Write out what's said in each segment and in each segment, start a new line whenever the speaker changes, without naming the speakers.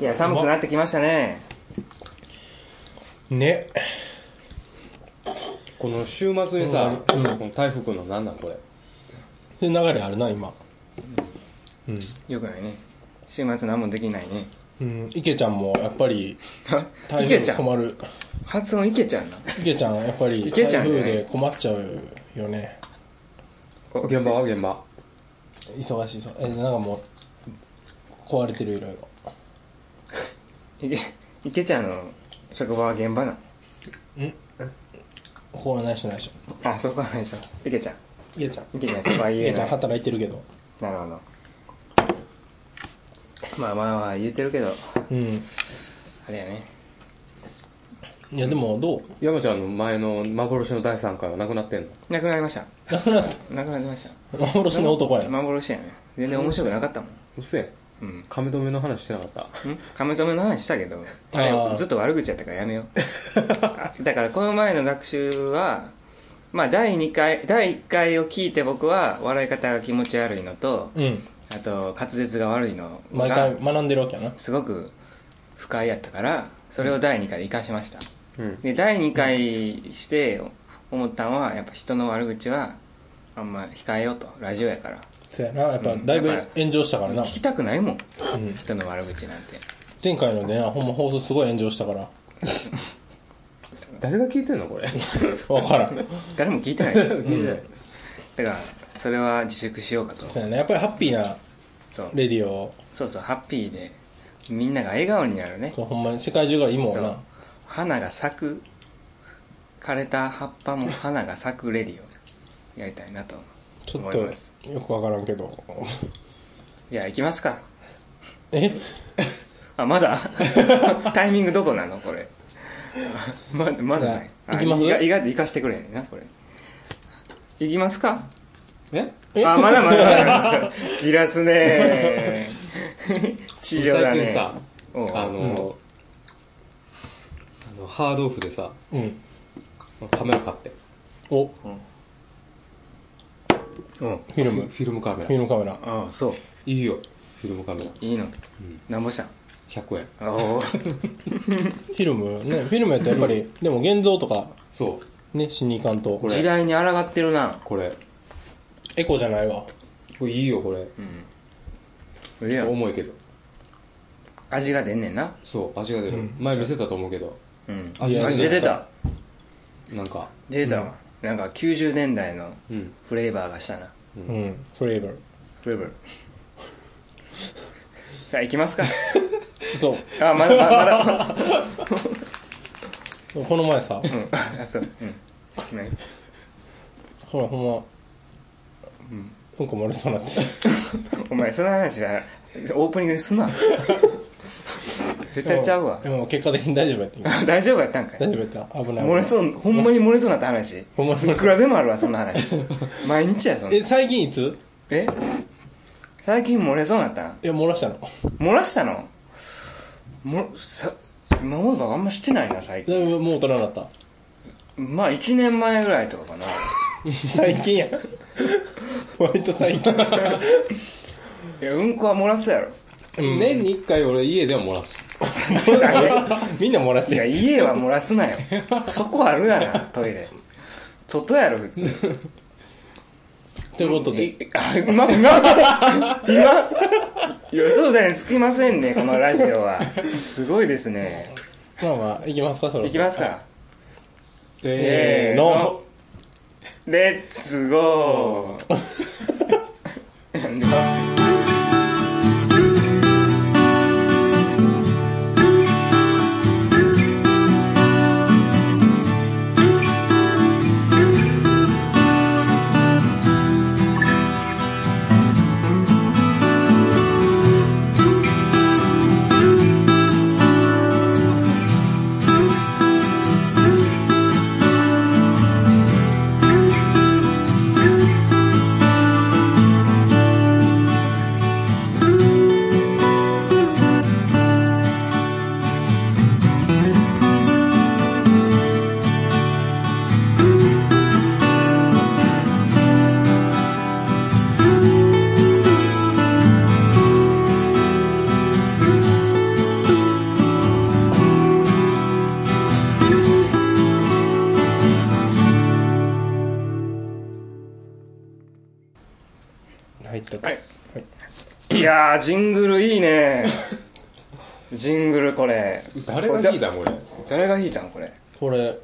いや、寒くなってきましたね。
ねこの週末にさ、
うん
この台風くんの何なんこれ
で流れあるな今
よくないね。週末何もできないね。
うん池ちゃんもやっぱり台
いけち
風
ゃん。
困る
発音いけちゃんな。
池ちゃんやっぱり
池
台
ちゃんね
風で困っちゃうよね
現場は現場
忙しいそえなんかもう壊れてるいろいろ
いけ、いけちゃんの職場は現場な
ここは内緒内緒
の。あ、そこはないでしょ。いけちゃん。
池ちゃん
いけちゃん、そこは言え
池ちゃ
なんい。
働いてるけど
なるほど。まあまあまあ言ってるけど、
うん
あれやね。
いやでもどう
山ちゃんの前の幻の第3回はなくなってんの
なくなりました。
なくなった
なくなりました。
幻の男やな
幻やね。全然面白くなかったもん。
うっせえ
うん。
亀止めの話してなかった
ん亀止めの話したけど
あー
ずっと悪口やったからやめよう だからこの前の学習はまあ第2回第1回を聞いて僕は笑い方が気持ち悪いのと
うん
あと滑舌が悪いの
毎
が
回学んでるわけやな
すごく不快やったからそれを第2回で生かしました
うん
で第2回して思ったのはやっぱ人の悪口はあんま控えようとラジオやから
そうやなやっぱだいぶ炎上したからな
聞きたくないもん
うん
人の悪口なんて
前回のでなほんま放送すごい炎上したから
誰が聞いてんのこれ
分からん
誰も聞いてない でしょ
聞いてない
だからそれは自粛しようかと
そうやねやっぱりハッピーな
そう
レディオ
そうそうハッピーでみんなが笑顔になるね
そうほんまに世界中がいいもん
そ
な
う花が咲く枯れた葉っぱも花が咲くレディオやりたいなと
ちょっ
思います
とよく分からんけど
じゃあ行きますか
え
あまだタイミングどこなのこれ ままだない
行きます
あ意外意外と行かしてくれへんなこれ行きますか
え
あまだまだまだじらすね地上だ
最
ね
近さ
おう
あの,、
うん
あのハードオフでさ
うん
カメラ買って
おフ
うん
ィルムフ
フィルムカメラ
ィ
い
ルムカメラ
ああそう
いよフィルムカメラ
いいの、なんぼしたん
100円
おお
フィルムねフィルムやったらやっぱりでも現像とか
そう
ねしに行かんと
これ
時代に抗ってるな
これ
エコじゃないわ
これいいよこれ
うんいや
重いけど
味が出んねんな
そう味が出る、前見せたと思うけど
うん
味が
味
出
出て
た
た
なんか
出てたわ、なんか90年代の
うん
フレーバーがしたな
うんフレーバー
フレーバー さあ行きますか
そう
あまだまだまだ
この前さ
うんあそううんね
ほらほんまうんこ漏れそうになって
お前その話はオープニングですな絶対ちゃうわ
でも結果的に大丈夫やった今
あ大丈夫やったんかい
大丈夫やった危ない
漏れそうほんまに漏れそうになった話
ほんまに
いくらでもあるわそんな 話毎日やそんな
え最近いつ
え最近漏れそうになったない
や漏らしたのだ
漏らしたのもさ今まであんましてないな最近
いぶもう大人になった
まあ1年前ぐらいとかかな
最近や 割と最近
いやうんこは漏らすや ろ
年に1回俺家では漏らす
みんな漏らし
い
て
や
る
家は漏らすなよそこあるやなトイレ外やろ普通
ということで
いあ今今今予想外につきませんねこのラジオはすごいですね
まあまあいきますかそろ
い
そろ
きますか
せーの
レッツゴー
「
やージングルいいねジングルこれ
誰が聞いたんこれ
誰が弾いたのこれ
これ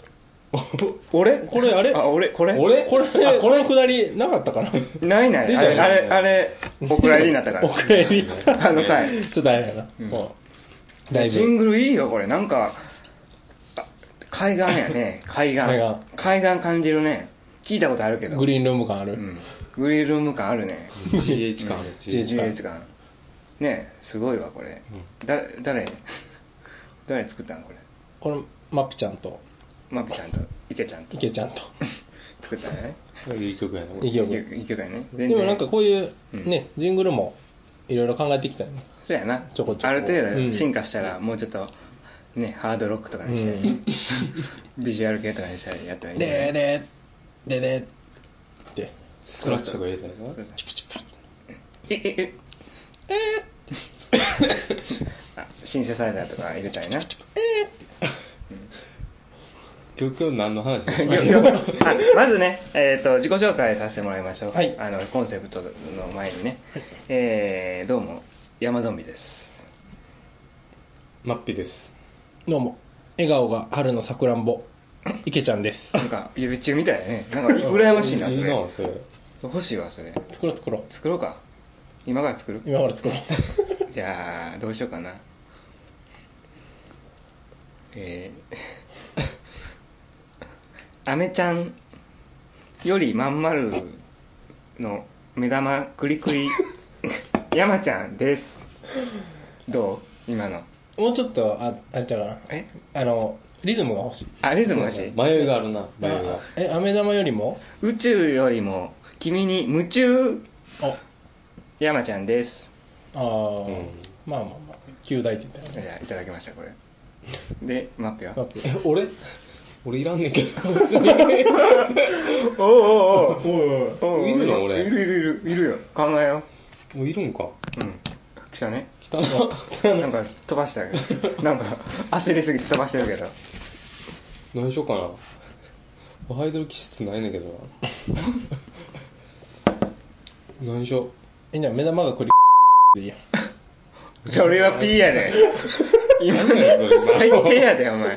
俺
これあれ
あ俺これ
俺
これ
あ
このくだりなかったかな
ないない
出
あ
ちゃう
れ
よね
あれあれお蔵入りになった から
お蔵入り
あの回
ちょっとあれやな、もうだい
ジ
ぶ
ングルいいよこれなんかあ海岸やね海岸
海
海岸感じるね聞いたことあるけど
グリーンルーム感ある、
うんグリーンルーム感あるね
GH 感ある
GH
充実感ねすごいわこれ、だ誰 誰作ったんこれ
このマップちゃんと
マピちゃんと池ちゃんと
池ちゃんと
作ったんやね
いい曲やなこれ
池尾君
池池がね全
でもなんかこういうね、ジングルもいろいろ考えてきたよね
そうやな
ちょこちょこ
ある程
う
度
ん
進化したらもうちょっとねハードロックとかにしたり、ビジュアル系とかにしたりやったらいいね
ででででって
スクラッチとか入れたらな
えええあシンセサイザーとか入れたいな
今日今日何の話ですか
あまずね、えー、と自己紹介させてもらいましょう、
はい
あのコンセプトの前にね、えー、どうも山ゾンビです
マッピです
どうも笑顔が春のさくらんぼ 池ちゃんです
なんか指中みたいだねなんか羨ましいなそ
いい
れ
なそれ
欲しいわそれ
作ろう作ろう
作ろうか今から作る
今から作ろう
じゃあどうしようかなえー、 アメちゃんよりまんまるの目玉くりくり 山ちゃんですどう今の
もうちょっ とああれちゃうかな
え
あのリズムが欲しい
あリズム欲しい
迷いがあるな迷い
あ
が
え飴玉よりも
宇宙よりも君に夢中
あ
山ちゃんです
あー、
うん
まあまあまあ旧大って言った
じ
よね
ゃあいただきましたこれでマッピは
マップ
え俺俺いらんねん けど別に
おおおう
おい
おうおう
いるの俺
いるいるいるいるよ考えよう
もういるんか
うん来た ね
来たな
なんか飛ばしたけどなんか焦りすぎて飛ばしてるけ ど
何しようかなアイドル気質ないねんけどな何しよ
えじゃあ目玉がクリでいいや
それは P や で今
う何やそれ
最低やでお前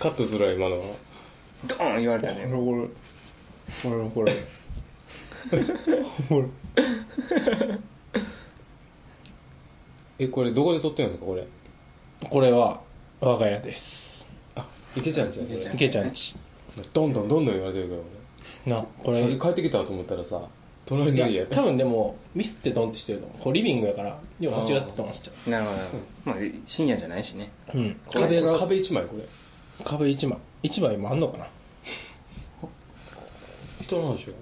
カットするわ今のは
ドーン言われたね
これこれこれこれ
えこれどこで撮ってるんですかこれ
これは我が家です
あいけちゃんじゃんそれ
池ちゃ
池ちゃんち
どんどんどんどん言われてるけど
なこ
俺
れ
さっき帰ってきたと思ったらさ隣
い
の家や
や
った
多分でもミスってドンってしてると思うこれリビングやからよう間違ってドンしちゃ
なるほ どなるほどまあ深夜じゃないしね
ううん
これ
壁が
壁一枚これ
壁一枚一枚もあんのかな
人の話が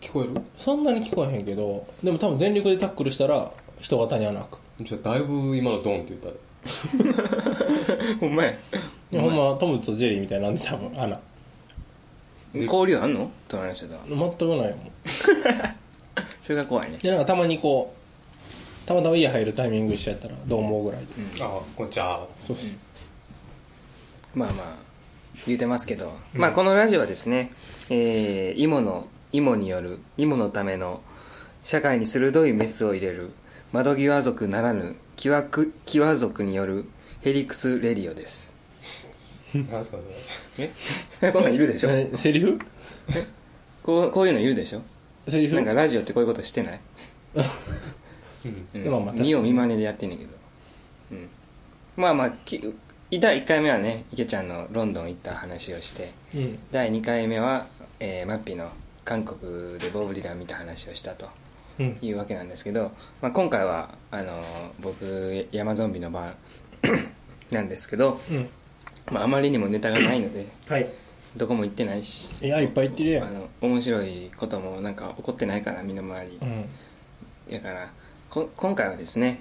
聞こえる
そんなに聞こえへんけどでも多分全力でタックルしたら人型に穴開く
じゃあだいぶ今のドンって言ったで
お前
いやほんまトムとジェリーみたいなんで多分穴
交流あんの隣の人とは
全くないもん
それが怖いね
でなんかたまにこうたまたま家入るタイミング一緒やったらどう思うぐらいで、
あこんち ゃ
そうっす、
まあまあ言うてますけど、まあこのラジオはですねえー、芋の芋による芋のための社会に鋭いメスを入れる窓際族ならぬ際く際族によるヘリクスレディオです
何すかそれ
え こんなんいるでしょ
えセリフ
こうこういうのいるでしょ
セリフ
なんかラジオってこういうことしてない、
うん
うん
まあまあ確かに
見よう見まねでやってんねんけど、うん、まあまあき第1回目はね池ちゃんのロンドン行った話をして
うん
第2回目は、えーマッピーの韓国でボブ・ディラン見た話をしたと
うん
いうわけなんですけど、まあ、今回はあのー僕山ゾンビの番 なんですけど、
うん
まあ、あまりにもネタがないので
はい
どこも行ってないし
いやいっぱい言ってるや
あ
ん
の面白いこともなんか起こってないから身の回り
うん
だからこ今回はですね、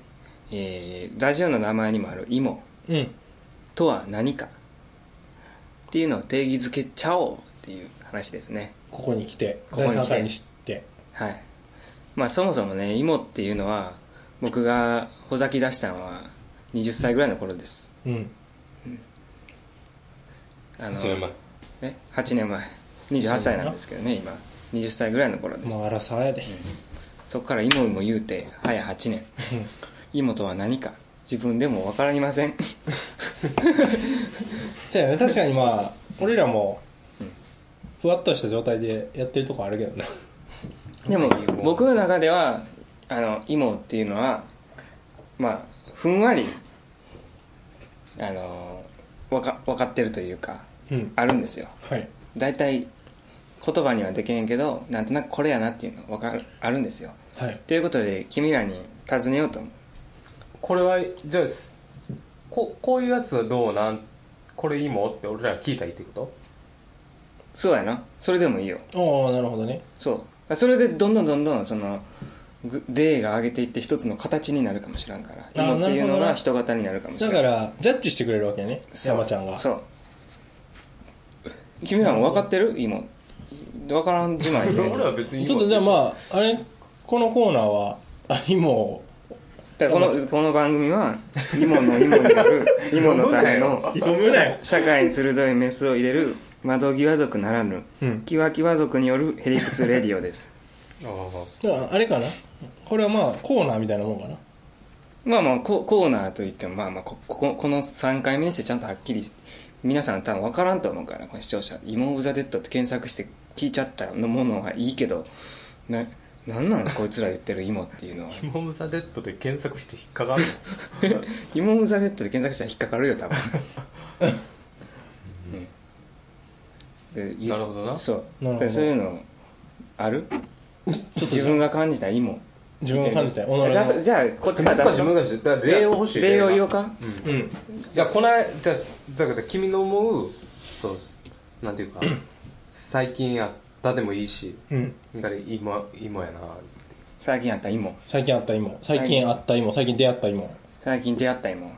えーラジオの名前にもある「イモ
うん
とは何か」っていうのを定義づけちゃおうっていう話ですね
ここに来て
ここに来て
第3回に知って
はいまあそもそもね「イモっていうのは僕がほざき出したのは20歳ぐらいの頃です
うん
あの
1年前
え8年前28歳なんですけどね今20歳ぐらいの頃です
まああらさやで
そこから芋も言うて早8年芋とは何か自分でも分からりません
そうやね確かにまあ俺らもふわっとした状態でやってるとこあるけどな
でも僕の中ではあの芋っていうのはまあふんわりあのわか分かってるというか
うん
あるんですよ
はい
大体言葉にはできへんけどなんとなくこれやなっていうのわかるあるんですよ
はい
ということで君らに尋ねようと思う
これはじゃあすここういうやつはどうなんこれいいもんって俺ら聞いたらいいってこと
そうやなそれでもいいよ
ああなるほどね
そうそれでどんどんどんどんそのグデーが上げていって一つの形になるかもしらんから
あ
芋っていうの
なるほど
が
な
人型になるかもしれ
だ
ん
からジャッジしてくれるわけやね
そう
山ちゃんが
そう君らも分かってる芋分からんじまいで
俺は別にいい
ちょ
もん
っとじゃあまああれこのコーナーはあ芋を
だからこのこの番組は芋の芋にな る芋のための
読むなよ
社会に鋭いメスを入れる窓際族ならぬ、
うん
キワキワ族によるヘリクツレディオです
ああ
だからあれかなこれはまあコーナーみたいなもんかな
まあまあココーナーといってもまあまあここここの3回目にしてちゃんとはっきり皆さん多分分からんと思うからこの視聴者「イモ・オブ・ザ・デッド」って検索して聞いちゃったのものがいいけどななんなんこいつら言ってる芋っていうのは
キモムサデッドで検索して引っかかるの
イモムザネットで検索したら引っかかるよ多分、うん、で
なるほどな
そう
なるほど
そういうのある自分が感じた芋
自分を感じたよ己
だと
の
じゃあこっちから出
自
しよ
分がだから例を欲しい
例を言お
よ
うか
うん
じゃあこの間じゃあだから君の思うそうっすなんていう か最近あったでもいいし
うん
だから今今やな
最近あった芋
最近あった芋最近あった芋最近出会った芋
最近出会った芋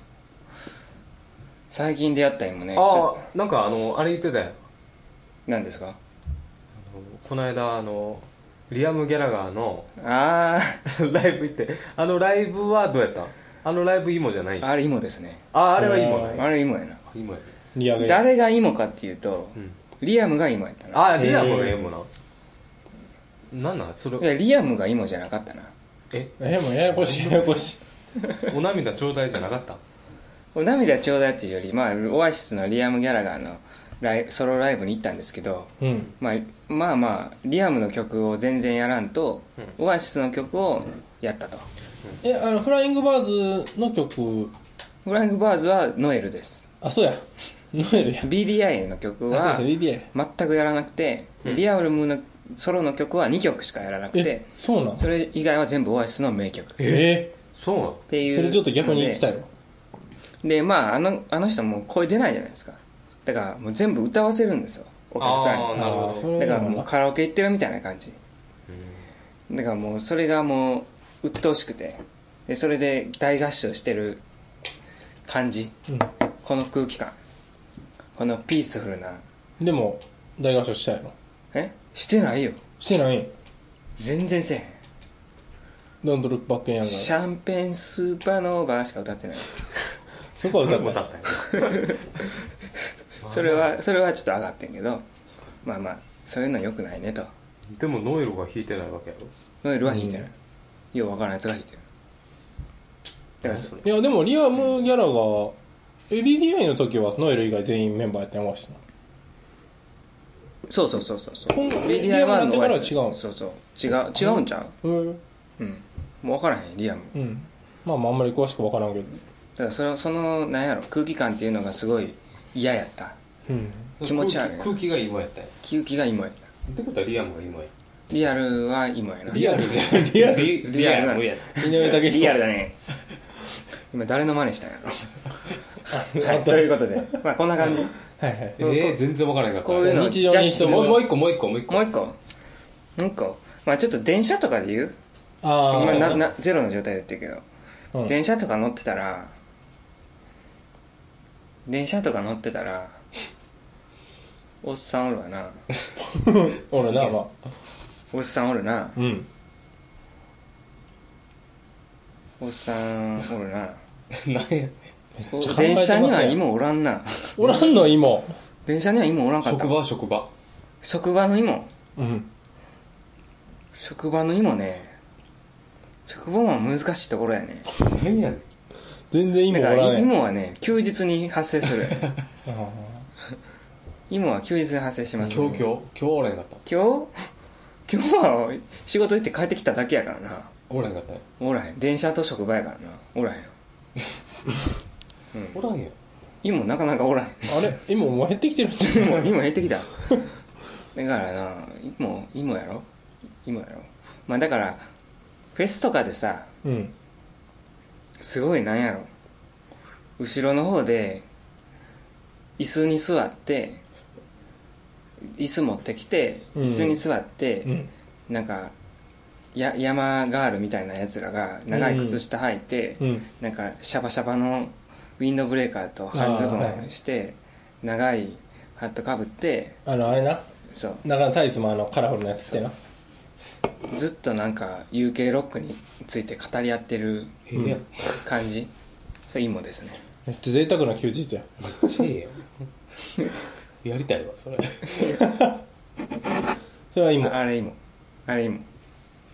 最近出会った芋ねち
あ
ょ
あなんかあのあれ言ってたやんあ
何ですか
のこの間あのリアム・ギャラガーの
あ
ライブ行ってあのライブはどうやったんあのライブ芋じゃない
あ
あ
あれ芋ですね
ああれは芋なんや
あれ芋やな
芋やね
リアル
誰が芋かっていうと、
うん
リアムが芋やったな
あリアムが芋なんなんなんそ
い
れ
やリアムが芋じゃなかったな
え
えもうややこしいややこしい
お涙ちょうだいじゃなかった
お涙ちょうだいっていうより、まあ、オアシスのリアム・ギャラガーのライソロライブに行ったんですけど、
うん
まあ、まあまあリアムの曲を全然やらんと、オアシスの曲をやったと
えあのフライングバーズの曲
フライング・バーズはノエルです
あそうやノエルや
BDI の曲
あ
は
そうですね
全くやらなくて、
うん
リアルムのソロの曲は2曲しかやらなく
DA え
て
そうなん
それ以外は全部オアシスの名曲っ
え
そうなの
ていう
それちょっと逆に行きたいわ
でまああのあの人もう声出ないじゃないですかだからもう全部歌わせるんですよお客さんに
あーなるほど
あーそれ
だから
なん
もうカラオケ行ってるみたいな感じだからもうそれがもう鬱陶しくてでそれで大合唱してる感じ
う
この空気感このピースフルなん
でも大合唱したやろ
えしてないよ
してない
全然せえへん
ドントルックバックやんが
シャンペンスーパーノーバーしか歌ってない
そこは
そ
歌
れ
っ
も
た
歌ったよ
それはそれはちょっと上がってんけどまあまあそういうのよくないねと
でもノエルが弾いてないわけやろ
ノエルは弾いてない、ようわからんやつが弾いてるだからそ
いやでもリアム・ギャラが BDI の時はノエル以外全員メンバーやったんやわしな
そうそうそうそうそう
今後
BDI
リアムになってからは違う
オアシスそうそう違う違うんちゃう
うん
うんもう分からへんリアム
うんまあまああんまり詳しく分からんけど
だからそれそのなんやろ空気感っていうのがすごい嫌やった
うん
気持ち悪い
空気空気が芋やったんや
気浮きが今やった
ってことはリアムが芋や
リアルは今やな
リアルじゃんリアル
リリアムやった
井上武
リア
彦
ルだね 今誰の真似したんやろ
あ
はいということでまあこんな感 じ
はいはい
えー、全然わからへんかった
こういうのを
日常に
ジャッジ
人
する
もうもう一個もう一個もう一個
もう一個もう一個まあちょっと電車とかで言う
ああ
今
そう
な
やな
なゼロの状態で言ってるけど
うん
電車とか乗ってたら電車とか乗ってたらおっさんおるわな
俺なまあ
おっさんおるな
うん
おっさんおる な
何や
お
ちゃ考
電
えてます
車
やん
には芋おらんな
おらんの今
電車には芋おらんかった
職場は職場
職場の芋
うん
職場の芋ね着ボンは難しいところやね
何やねん
全然芋
だか
お
らら
んやん
芋はね休日に発生するやね芋は休日に発生します、ね、
今日今日今日おらへんかった
今日 今日は仕事行って帰ってきただけやからな
おらへんかったよ
おらへん電車と職場やからなおらへん
おらへんよ
今なかなかおらへん
あれ今もう減ってきてるんじゃ
今今減ってきただからな今今やろ今やろまあだからフェスとかでさ
んうん
すごいなんやろ後ろの方で椅子に座って椅子持ってきて
うん
椅子に座って、
うん
なんかや山ガールみたいなやつらが長い靴下履いて、
うん
なんかシャバシャバのウィンドブレーカーと半ズボ
あーは
ン
い
して長いハットかぶって
あのあれな
そう
中のタイツもあのカラフルなやつ着てな
ずっとなんか UK ロックについて語り合ってる
ええやん
感じそれいいもんですね
めっちゃ贅沢な休日や
めっちゃええやんやりたいわそれ
それは
あ
芋
あれいいもんあれいいもん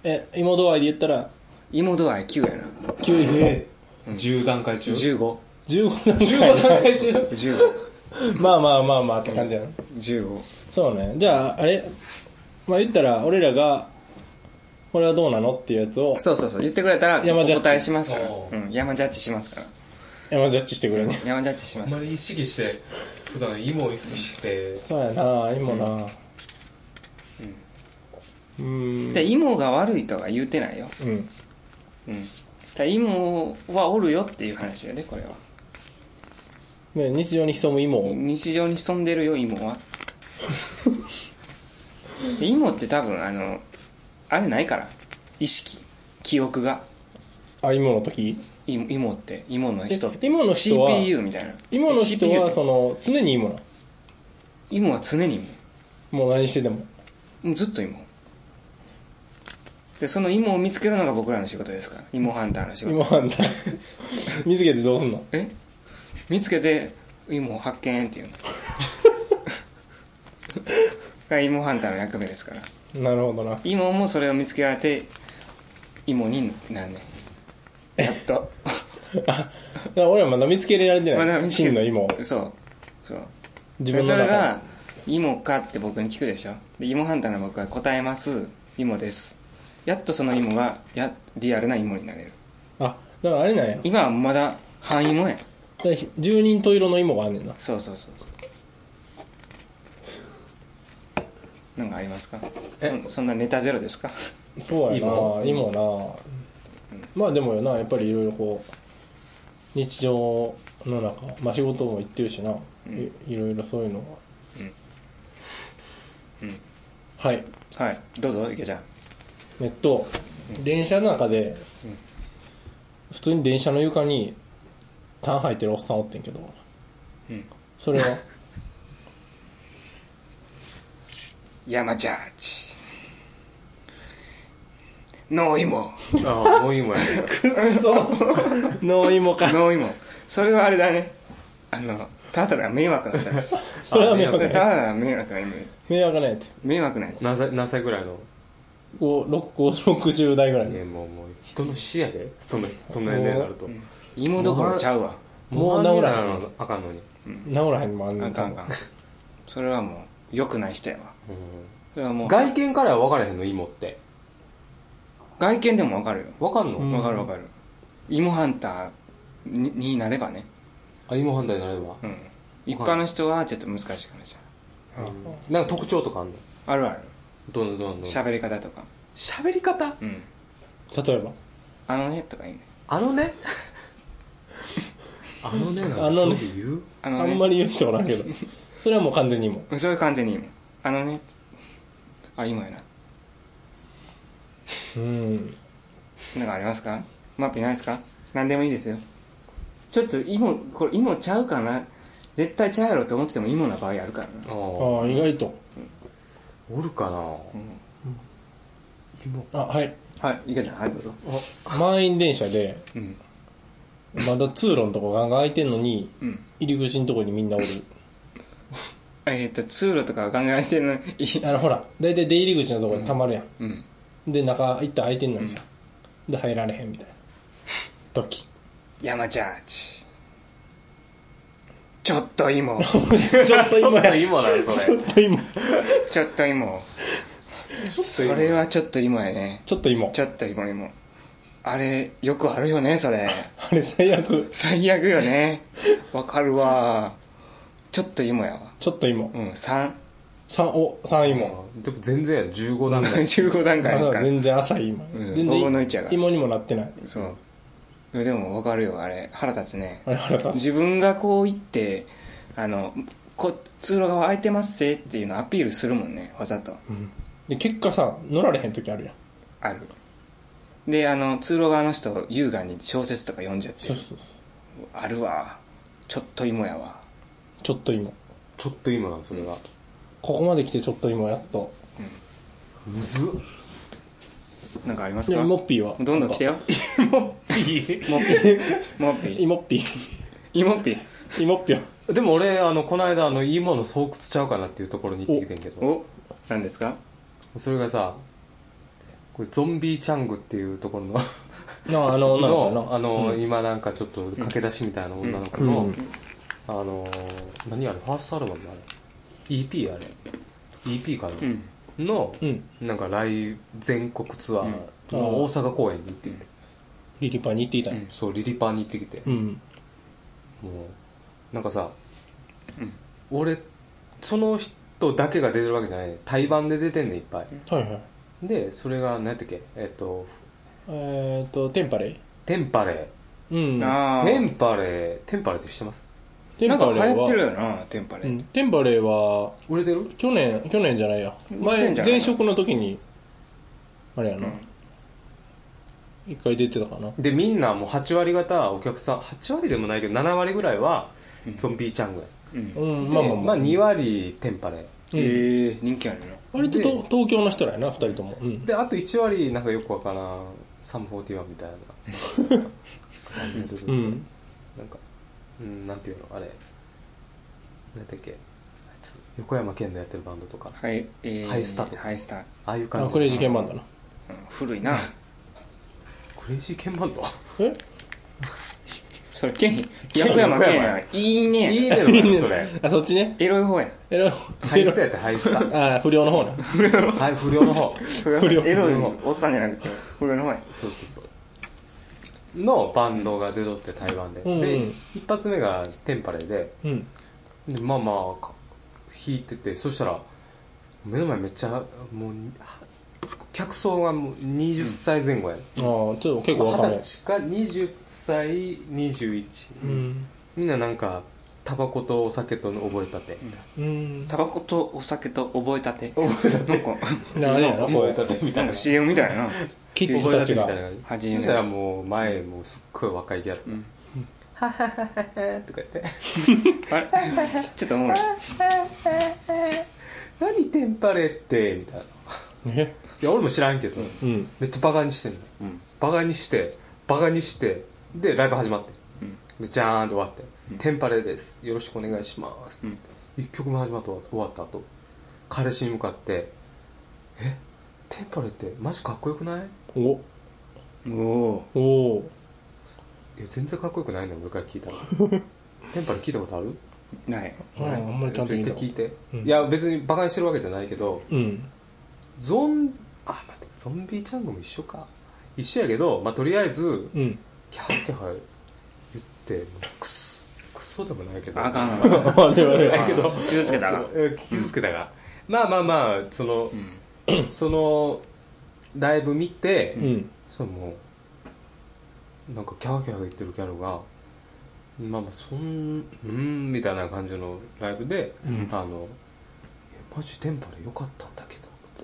え芋度合いで言ったら
芋度合い9やな
9
ええ10段階中
1515
15段
15段階中
まあまあまあまあって感じやな
15
そうねじゃああれまあ言ったら俺らがこれはどうなのっていうやつを
そうそうそう言ってくれたらお
山ジャッジ
答えしますから、
お
う
ー
ん、山ジャッジしますから
山ジャッジしてくれね
山ジャッジしま
あん
す
まり意識して普段芋を意識して
そうやな芋なうん
で芋が悪いとは言うてないよ
う
う
ん
んだから芋はおるよっていう話よねこれは
ね日常に潜む芋を
日常に潜んでるよ芋 はで芋って多分あのあれないから意識記憶が
あ芋の時
い芋って芋の人って
え芋の人は
CPU みたいな
芋の人
CPU っ
は
て
その常に芋な
芋は常に芋
もう何してても
もうずっと芋でその芋を見つけるのが僕らの仕事ですから芋ハンターの仕事
芋ハ ンター見つけてどうすんの
え見つけて芋を発見っていうの が芋ハンターの役目ですから
なるほどな
芋もそれを見つけられて芋になんねんやっと
だから俺はまだ見つけられてな
ま
い、
だ見つけ
真の芋を
そうそう
自
で
分
そ
の
れ
中
が芋かって僕に聞くでしょで芋ハンターの僕は答えます芋ですやっとその芋がやリアルな芋になれる
あだからあれなんやだか
今はまだ半芋やん
ら十人十色の芋があんねんな
そうそうそうそうなんかありますかそそんなネタゼロですか
そうやな
芋
芋な、まあでもよなやっぱりいろいろこう日常の中まあ仕事も行ってるしな、いいろいろそういうのが
うんうん
はい
はいどうぞいけちゃん
えっと、電車の中で、普通に電車の床にタン履いてるおっさんおってんけど、
うん
それは
山ジャッジノー芋
ああもう今やね
くっそ 脳芋か
ノー芋それはあれだねあのただ迷惑な人 です
それは迷
そ
惑
れ
ない
ただ迷惑な芋
迷惑なやつ
迷惑な やつ
何歳何歳ぐらいの
こうろく60代ぐらい
い
の
やもうもう人の死やでそのその年齢になると
芋どころちゃうわ
もう
治
治
ら
らへん
なあかんのに
治らへんもあんね
あ
ん
かんあかんそれはもう良くない人やわ
うん
それはもう
外見からは分からへんの芋って
外見でもわかるよ
分かんの、
うん
わかるわかる芋ハンターにになればね、
あ芋反対になれば
うん、一般の人はちょっと難しいかもしれ
なんか特徴とかあんの
ないあるある
どんどんどんどん
喋り方とか
喋り方
うん
例えば
あのねとかいいね
あのねあのねなんて
あのね
今日言う
あ
あ
のね
んまり言う人おらんけどそれはもう完全に芋
そういう感じに今あのねあ今やな
うん
なんかありますかマッピーないですか何でもいいですよちょっと芋これ芋ちゃうかな絶対ちゃうやろって思ってても芋な場合あるからな
ああ
ああ意外と
おるかな、芋
あはい
はいいけちゃんはいどうぞ
満員電車で
うん
まだ通路のとこガンガン開いてんのに
うん
入り口のとこにみんなおる
えっ、と通路とか考えてるのいい
あのほら大体出入り口のとこにたまるやん、
うん
で中行ったら開いてんのにさ、で入られへんみたいな時
山ちゃんちちょっと 芋
ちょっと
ちょ
今
っと
や
今だよ、それ。
ちょっと今
ちょっと芋それはちょっと芋やね
ちょっと今
ちょっと芋芋あれよくあるよねそれ
あれ最悪
最悪よねわかるわちょっと芋やわ
ちょっと今
うん3
3お三今
もうでも全然やん15段階
15段
ま
階です
だ
か
全然浅い今、
うん
全
五分の一や
然
から
芋にもなってない
そういやでもわかるよあれ腹立つね
あれ腹立つ
自分がこう言ってあのこ通路側空いてますぜっていうのをアピールするもんねわざと
で結果さ乗られへん時あるやん
あるであの通路側の人優雅に小説とか読んじゃって
そうそうそう
あるわちょっと芋やわ
ちょっと今
ちょっと今なんそれが
ここまで来てちょっと今やっと
むずっ
なんかあります
で
か
芋っぴーは
どんどん来てよ芋っぴもっぴ
芋っぴー
芋っぴ
芋っぴーは
でも俺あのこの間あの今の巣窟ちゃうかなっていうところに行ってきてんけど
お何ですか
それがさこれゾンビチャングっていうところの
なあの女の子
の
の
あの、今なんかちょっと駆け出しみたいな女の子
うん
の、
うん
あのー何あれファーストアルバムあれ EP あれ EP かな、
うん
の、
うん
なんか来全国ツアーの大阪公演に行ってきて、
リリパに行っていたんや
そうリリパーに行ってきて、
うん
もうなんかさ、俺その人だけが出てるわけじゃない対バンで出てんねんいっぱい、
はいはい
でそれが何やったっけえっと
えっとテンパレイ
テンパレ
うん
あ
ー
あ
テンパレーテンパレーって知ってます
テ
な
ン
んか
パ
流
レイ
行ってる
は
よなテンパ
う
レ
んテンパレイは
売れてる
去年去年じゃないや
売って
前
んじゃない
前職の時にあれやな
うん
一回出てたかな
でみんなもう8割方お客さん8割でもないけど7割ぐらいはゾンビチャングや、
うん
うん
で
ま
ま
あ
あ
まあまあ
2割テンパレー
えー人気あるな
割とと東京の人らやな二人ともうん
であと1割なんかよくわからんサム41みたいな 感じ
う
で
ん
なんか、うん、なんていうの、あれ、なんだっけ、あいつ横山健のやってるバンドとか、
はい、えー
ハイスターとか
ハイスター
ああいう感
あ
じ。
クレイジーケン
バン
バンドな
うん古いな
ド。クレイジーケンバンド
え
それ剣横山剣やいいね
いいねのかよそれ。
あそっちね
エロい方や
エロ
ハ
エ
イ
ロ
スタやってハイスタ。
あ不良の方な
はい、不良の方。
エ
良
ロいおっさんじゃなくて古いの方や
そうそうそう。のバンドが出とって台湾で。
うん
で、一発目がテンパレーで、
うん
でまあまあ、か弾いてて、そしたら、目の前めっちゃ、もう、客層がもう20歳前後や、ね
ああちょっと結構若
二
め
十歳か20歳21、
うん
みんななんかタバコとお酒と覚えたて、
うん
タバコとお酒と覚えたて覚えたてなんか
なあれやな
覚えたてみた
ないん
な
か CM みたいな
キッズ
覚
た
えたて
ち
み
が
たいな感
80
じ
年
そしたらもう前もうすっごい若いギャルが
ん
「ははははは」とか言って
あれ ちょっとおもろい
「 何テンパレって」みたいな
え
いや俺も知らんけど、
うん
めっちゃバカにしてんの、
ん
バカにしてバカにしてでライブ始まって、でジャーンと終わって「テンパレですよろしくお願いします」
うん
一1曲目始まって終わ終わった後彼氏に向かって「えテンパレってマジかっこよくない?」
お
お
おお
いや全然かっこよくないね俺から聞 いたらテンパレ聞いたことある
ーない
ーあんまりちゃんと
一
見た
回
こ
聞いて、
うん
いや別にバカにしてるわけじゃないけど
とうん
ゾンあ待ってゾンビチャングも一緒か一緒やけど、まあ、とりあえず
うん
キャーキャー言ってもうクスクソでもないけど
あかん
まあでもね
だけど
傷つけたら
そうえ傷つけたが、まあまあまあその、そのライブ見て、
うん
そのもうなんかキャーキャー言ってるギャルがまあまあそんうんみたいな感じのライブで、
うん
あのいやマジテンパで良かったんだけ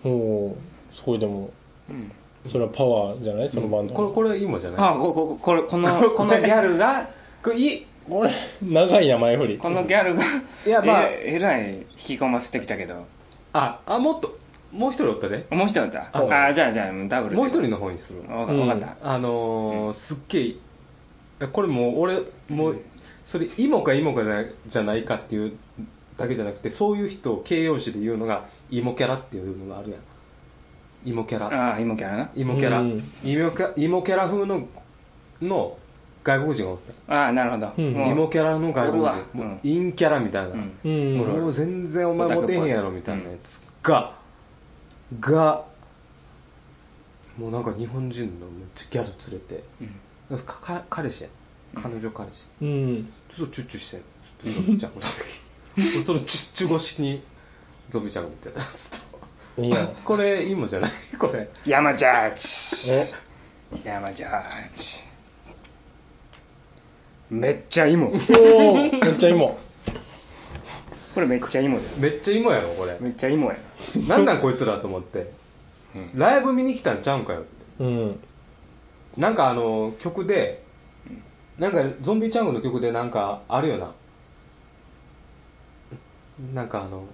ど
おーすごいでも
うん
それはパワーじゃないそのバンド
これこれ今じゃない
あこここれこのこのギャルが
これいい
これ長いな前振り
このギャルが
いやまあ
ええらい引き込ませてきたけど
ああもっともう一人おったね
もう一人おった
あ
ああじゃあじゃあダブルで
もう一人の方にする
わかわかった
あのーすっげえいやこれもう俺もうそれイモかイモかじゃじゃないかっていうだけじゃなくてそういう人を形容詞で言うのがイモキャラっていうのがあるやん芋キャラ
ああ芋キャラな
芋キャラ、
うん
芋キャ芋キャラ風のの外国人がおって
ああなるほど、
うん
も
芋
う
キャラの外国
おるわ
人もう
うん
陰キャラみたいな、
うん
う
もうん俺も全然お前モテへんやろみたいなやつががもうなんか日本人のめっちゃギャル連れて
うん
かか彼氏や彼女彼氏
うん
ちょっとチュッチュしてんずっとゾビちゃんの時 俺そのチュッチュ越しにゾビちゃんを見てたずっ
いいや ん
とこれ今じゃない これ
山ジャージ
え
山ジャージめっちゃ芋
おおめっちゃ芋
これめっちゃ芋です
めっちゃ芋やろこれ
めっちゃ芋や
なんなんこいつらと思って
うん
ライブ見に来たんちゃうんかよって
うん
なんかあの曲でなんかゾンビチャングの曲でなんかあるよななんかあの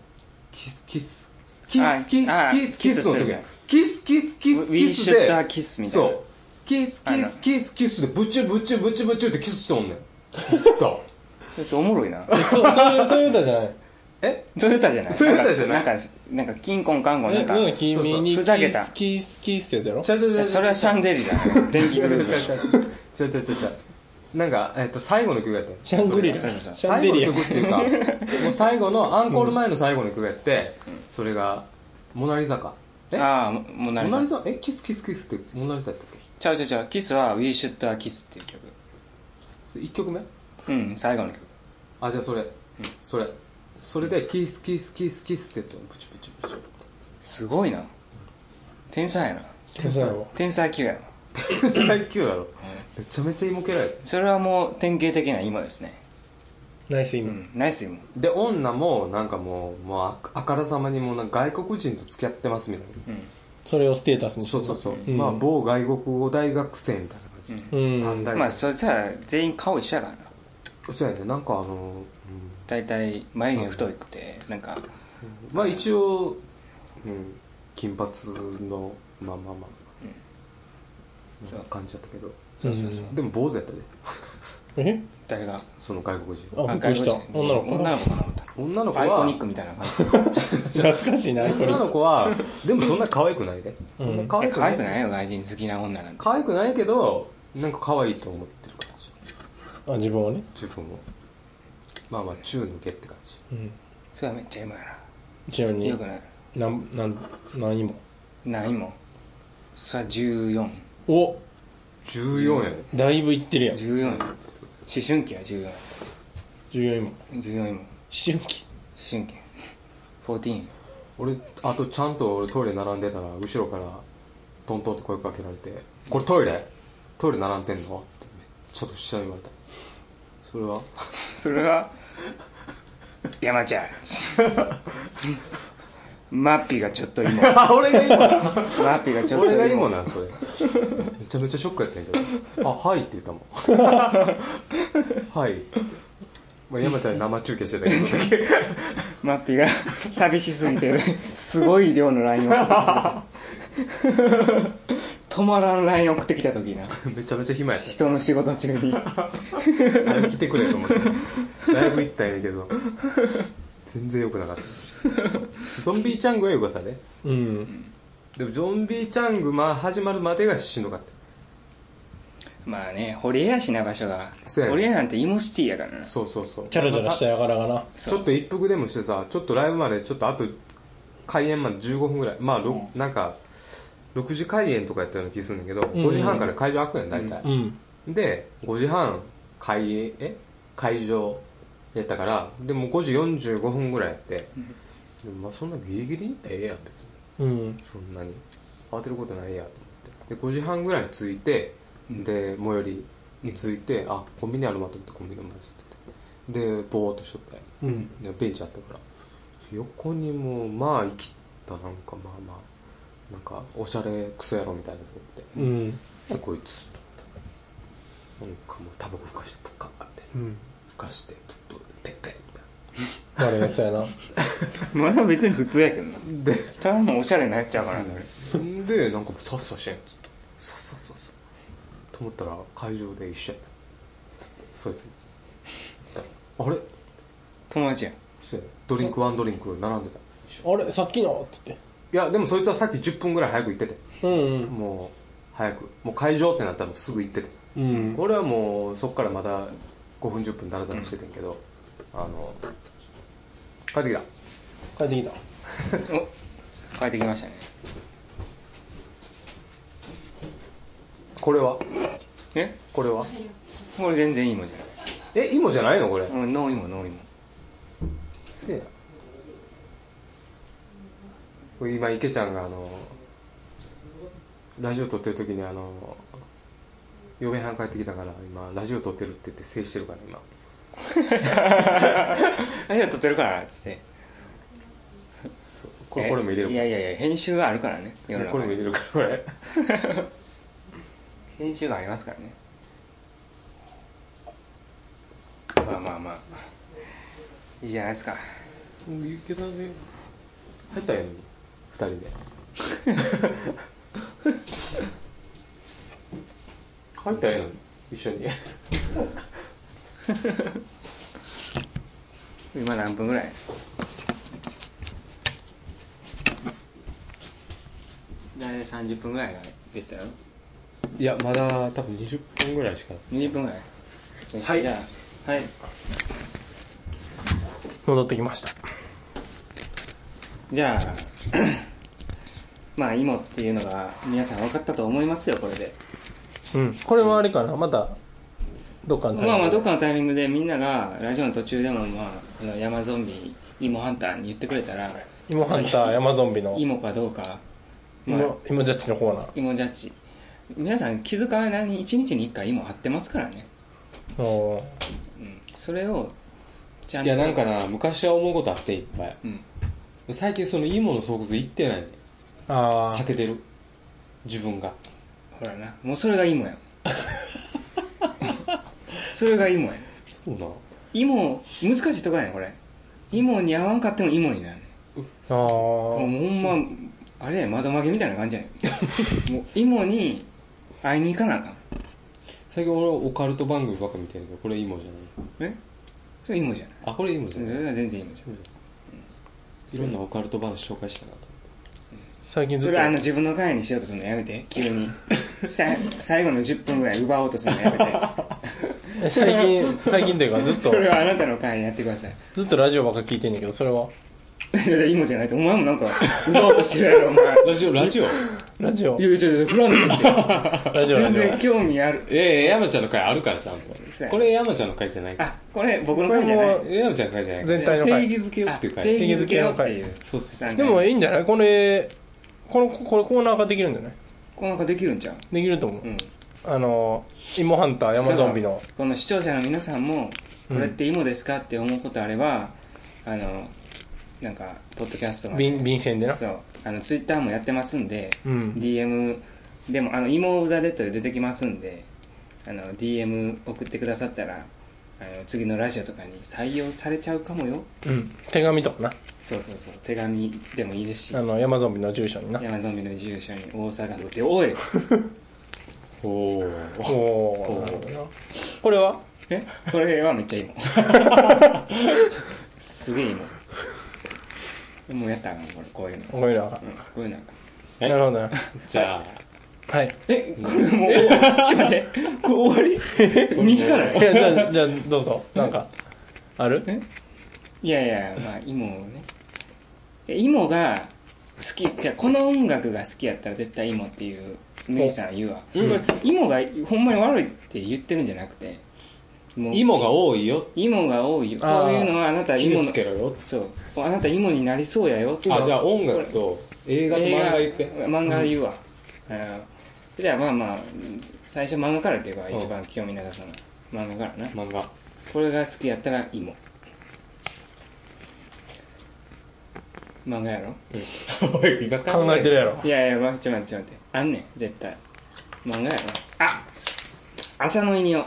キスキスキ
あ
スキス
あ
キスキ
キス
スの
する
時
やん
キスキスキ
We-
ス
we
キス
should
で
have kissed みたいな
そうキスキスキスキスでブチュブチュブチュブチュってキスしておんねんずっと
そいつおもろいな
そうそういうそういう歌じゃない
え
トヨタじゃない
トヨタじゃない
んかなんかキンコンカンコンなんか
えうん君に
ふ
キ
ざけた
スキスキスってやつやろ
ちゃうちゃうちゃうちゃう
それはシャンデリじゃない 電気グループ
ちゃうちゃうちゃうちゃうなんかえっと最後の曲やったよ
シャングリラ
そ
シ
れそれ
ャンデリア
最後の曲っていうかもう最後のアンコール前の最後の曲やって、それが「モナ・リザか」え
ああもう
モ
何
ナ・リザえキスキスキスってモナ・リザやったっけ
ちゃうちゃうちゃうキスは We Should Have Kiss っていう曲
それ1曲目
うん最後の曲
あじゃあそれ、それそれでキスキスキスキスってやってプチプチプチ
すごいな天才やな
天才やわ
天才級やな
って最強やろめちゃめちゃ芋けらい
それはもう典型的な今ですね
ナイス
う
芋
んナイス今
で女もなんかもうもうああからさまにもうなんか外国人と付き合ってますみたいな
うん
それをステータスにして
そうそうそう、
うん
まあ某外国語大学生みたいな感じ、
うん
うん
短大生
まあそれさ全員顔一緒やからな
そうやねなんかあの、うん
大体眉毛太くてなんか
まあ一応、うん、金髪のまあまあまあ、なんか感じだったけど
そうそうそう
でも坊主やったで
え
誰が
その外国人
あびっくりした
外国人
女の子
女の子かな思った
女の子
アイコニッ
は
クみたいな感じ
懐かしいなこれ
女の子はでもそんな可愛くないでそんな可愛く
可
な
愛
い
くないよ外人好きな女なんて
可愛くないけどなんか可愛いと思ってる感じ
あ自分はね
自分もまあまあ中抜けって感じ
うん
それはめっちゃ今や
ちなみ
な
に
よくない
なんなん何芋
何もそれは1414
お
14やね
だいぶいってるやん
思春期は14やっ
14芋思
た14も
春期
思春期14
俺あとちゃんと俺トイレ並んでたら後ろからトントンって声かけられて「これトイレトイレ並んでんの?」ってめっちゃとしちゃ言われたそれは
それは山 ちゃんマッピーがちょっと今
あ俺が今な
マッピーがちょっと
俺が
今
今なんそれめちゃめちゃショックやったんやけど「あはい」って言ったもん はいって言ってまあ、山ちゃん生中継してたけどその時
マッピーが 寂しすぎてすごい量の LINE を送ってきた止まらん LINE 送ってきた時な
めちゃめちゃ暇やっ
人の仕事中に
たライブ来てくれと思ってライブ行ったんやけど全然良くなかったゾンビーチャングは良かったね
うん
でもゾンビーチャング、まあ、始まるまでがしんどかった
まあね堀江やしな場所が
そうやね
堀江なんてイモシティやからな
そうそうそう
チャラチャラしたやからがな
ちょっと一服でもしてさちょっとライブまでちょっとあと開演まで15分ぐらいまあ、ろなんか6時開演とかやったような気するんだけど、
ん
5時半から会場開くやん大体、
うん
で5時半開演え会場やったからでもう5時45分ぐらいやって、でもまあそんなギリギリにええやん別に
うん
そんなに慌てることないやと思ってで5時半ぐらいに着いてで最寄りに着いて、あコンビニあるわと思ってコンビニの前にっててでぼーっとしとったよ
うん
でベンチあったから横にもうまあ生きったなんかまあまあなんかおしゃれクソ野郎みたいなやつがおって
うん
でこいつなんかもうタバコふかしてぷかって
うん
ふかしてぷっぷぺっぺみたい
悪いやつ やな
まだ別に普通やけどな
なで
ただのおしゃれなやっちゃうからなそれ
でなんかもうさっさしてんずっとさっさっさっさと思ったら会場で一緒やったずっとそいつにあれ
友達や
そうやドリンクワンドリンク並んでた一緒
あれさっきのっつって
いやでもそいつはさっき10分ぐらい早く行ってて
うんうん
もう早くもう会場ってなったらもうすぐ行ってて
うん
俺はもうそっからまた5分10分だらだらしててんけど、あの帰ってき
帰
た
ってきた
お帰ってきましたね
これは
え
これは
これ全然いいもんじゃ
え芋じゃないのこれ
ないうんノーイモノーイモ
せやこれ今池ちゃんがあのラジオ撮ってる時にあの嫁はん帰ってきたから今ラジオ撮ってるって言って制してるから今
あれは撮ってるからっつって
そうこれこれも入れる
いやいやいや編集があるからね世の
こ
中
れも入れるからこれ
編集がありますからねまあまあまあいいじゃないですか
もう池田で入ったんやのに2人で入ったんやのに一緒に
今何分ぐらい大体30分ぐらいがベストやろ
いやまだ多分20分ぐらいしか
20分ぐらいよし
はい
じゃあはい
戻ってきました
じゃあ まあ芋っていうのが皆さん分かったと思いますよこれで
うんこれはあれかなまたどっかの
まあまあどっかのタイミングでみんながラジオの途中でもまああの山ゾンビ芋ハンターに言ってくれたら
芋ハンター山ゾンビの
芋かどうか、まあ
芋、芋ジャッジのコーナ
芋ジャッジ皆さん気づかないなりに1日に1回芋張ってますからね、
ーおー
うん、それをちゃん
い
と
やなんかな昔は思うことあっていっぱい
うん、
最近そのいいもの巣窟行ってないね
あ
避けてる自分が
ほらなもうそれが 芋やんそれが芋やん
そうな
芋難しいとこやねんこれ芋に合わんかっても芋になるね
ああ
もう
ー
ほんまあれや窓曲げみたいな感じやね んもう芋に会いに行かなあかん
最近俺オカルト番組ばっか見てるけどこれいいもんじゃない
えそれ芋じゃない
あこれいいもんじゃ
そ
ない
れは全然芋じゃない
いろんなオカルト話紹介したなと
最近ず
そ
っ
れ
と
あの自分の会にしようとするのやめて急にさ最後の10分ぐらい奪おうとするのやめて
え最近最近というかずっと
それはあなたの会にやってください
ずっとラジオばっか聞いてんだけどそれはい
やいや芋じゃないとお前もなんか奪おうとしてるやろお前
ラジオラジオ
ラジオ
いやい やいや振らんのって
ラジオラ
全
ジ
然
オ
興味ある
ええ山ちゃんの回あるからちゃんと
そうや
これ山ちゃんの回じゃないから
あこれ僕の会じゃない
こ
山ちゃんの回じゃないから
全体の回
定義づけよっていう
あ
回
定義づけよっていう
そうそうそう
なんか
でもいいんじゃないこれこのこれコーナーができるんじゃない
この中できるんちゃう
できると思う、
うん
あの芋ハンター山ゾンビの
この視聴者の皆さんもこれって芋ですかって思うことあれば、あのなんかポッドキャストの
便便箋でな
そうあのツイッターもやってますんで、
うん
DM でもあの「芋オブザ・デッド」で出てきますんであの DM 送ってくださったらあの次のラジオとかに採用されちゃうかもよ
うん手紙とかな
そうそうそう手紙でもいいですし
あの山ゾンビの住所にな
山ゾンビの住所に大阪府ってお い
おー
おおなるほどなこれは
えこれはめっちゃいいもん すげえいいもんもうやったらあかんこれこういうの、
こういうのは
うん、こういうのあかん
はい
なるほどな
じゃあ
はい
えこれもうちょっと待 ってこれ終わり短ない
いやじゃあじゃあどうぞなんかある
いやいやまあ芋をねえ芋が好きじゃあこの音楽が好きやったら絶対芋っていうミリさん言うわ、これ芋がほんまに悪いって言ってるんじゃなくてもう
芋が多いよ
芋が多いよこ
あー
ういうのはあなた
火
芋
を
の
つけろよ
そうあなた芋になりそうやよって
あじゃあ音楽と映画と漫画言って
映画漫画言うわ、あのじゃあまあまあ最初漫画からっていうか一番興味なさそうな漫画からな
漫画
これが好きやったら芋漫画やろ
考えてるやろ
いやいや、まちょっと待ってちょっと待ってあんねん絶対漫画やろあ朝の犬よ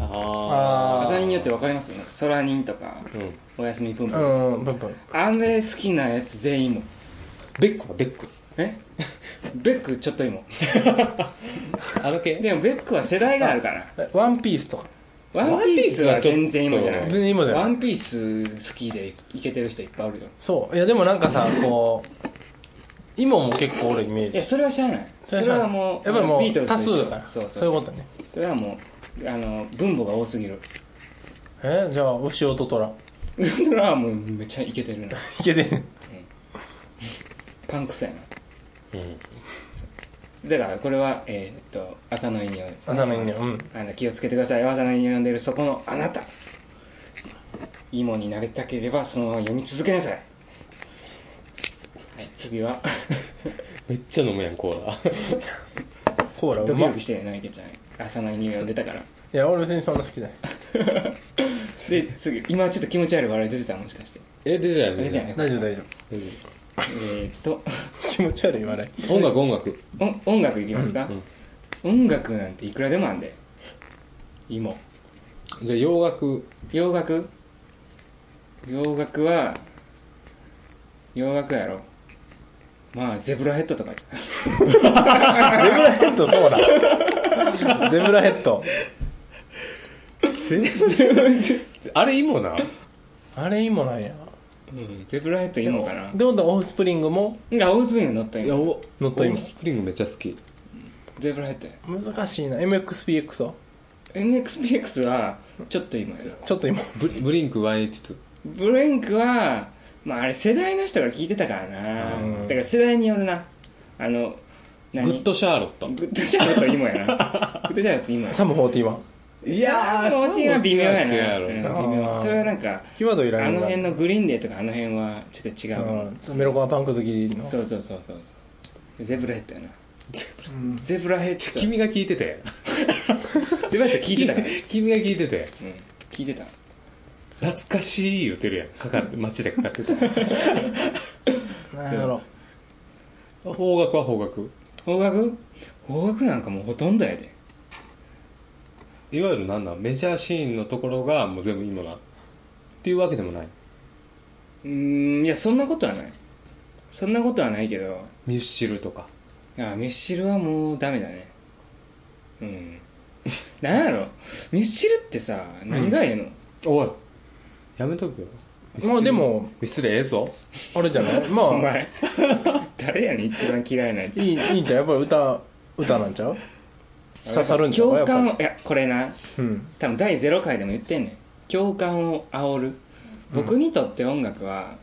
あ
ー
朝の犬よってわかります空人とか
あうん
おやすみぷんぷん、
うんブンブン
あれ好きなやつ全員芋
ベックはベック
え ベックちょっと芋
あの系
でもベックは世代があるから
えワンピースとか
ワンピースは全然今じゃ
ワン
な
全
い。
然今じゃ
ワ
ない
ンピース好きでいけてる人いっぱいおるよ。
そういやでもなんかさこう今も結構俺イメー
いや
ジ
それは知らないそれはもう
やっぱりも
あのビート
う
ルズと
多
一緒
数だから
そうそう
い
そうう
ことね
それはもうあの分母が多すぎる
えじゃあ牛音虎
ドラはもうめっちゃイケてるない
けて
パンクスやな
うん
だからこれはえーっと朝の引用です、ね、
朝の犬うん
あの気をつけてください朝の引用読んでるそこのあなたいいものになりたければそのまま読み続けなさい、はい、次は
めっちゃ飲むやん、コーラ。
コーラ
ド
う
キ
ま
ド
い
キしてるな池ちゃん朝の引用読んでたから
いや俺別にそんな好きじゃない
で次今ちょっと気持ち悪い笑い出てたもしかして
え、出てない、
出
出
て
て
な
ないい。
大丈夫大丈
出て
えーっと
夫気持ち悪い笑い
ない音楽、音楽。
お音楽いきますか、音楽なんていくらでもあんで芋
じゃあ、洋楽。
洋楽洋楽は洋楽やろまあゼブラヘッドとかじゃ
ゼブラヘッドそうだゼブラヘッド
全然。 あれ、今な。
あれ芋なんや
んゼブラヘッド芋かな
でもオフスプリングも
いやオーズビング乗った
いや、
芋
お、
乗った今
オールスプリングめっちゃ好き。
ゼブラヘッドや
難しいな MXPX は
MXPX はちょっと芋やな
ちょっと今
ブリブリンク182。
ブレンクはまああれ世代の人が聞いてたからなだから世代によるなあの
グ
何
ッドシャーロット
グ。ッドシャーロット芋やなグッドシャーロット芋や
サム41
いやー、そのは微妙や
違うやろ
な。うん微妙
あー
それはなんか、
キーワードいら
あ
ん
の
な
辺のグリーンデーとかあの辺はちょっと違う。
うんメロコアパンク好きの
そうそうそうそうそう。ゼブラヘッドやな。ゼブラヘッド。
君が聞いてたやん。
ゼブラヘッド聞いてたから。
君が聞いてたやん。
うん聞いてた。
懐かしい言うてるやん。かかって、街でかかって た。
なんやろ
邦楽は邦楽。
邦楽邦楽なんかもうほとんどやで。
いわゆるなんだ、メジャーシーンのところがもう全部今な。っていうわけでもない。
うーん、いや、そんなことはない。そんなことはないけど、
ミスチルとか。
あ、ミスチルはもうダメだね。うん。 なんやろミスチルってさ、何がええの
おい。やめとくよ。
まあでも
ミスチルええぞ。
あれじゃないま
お
あ
前 誰やねん一番嫌いなやつ
いいいいんちゃうやっぱり歌歌なんちゃう刺さるんちゃう
共
やっ
感
ぱ
をいやこれな
りうん
多分第0回でも言ってんねん共感を煽る僕にとって音楽は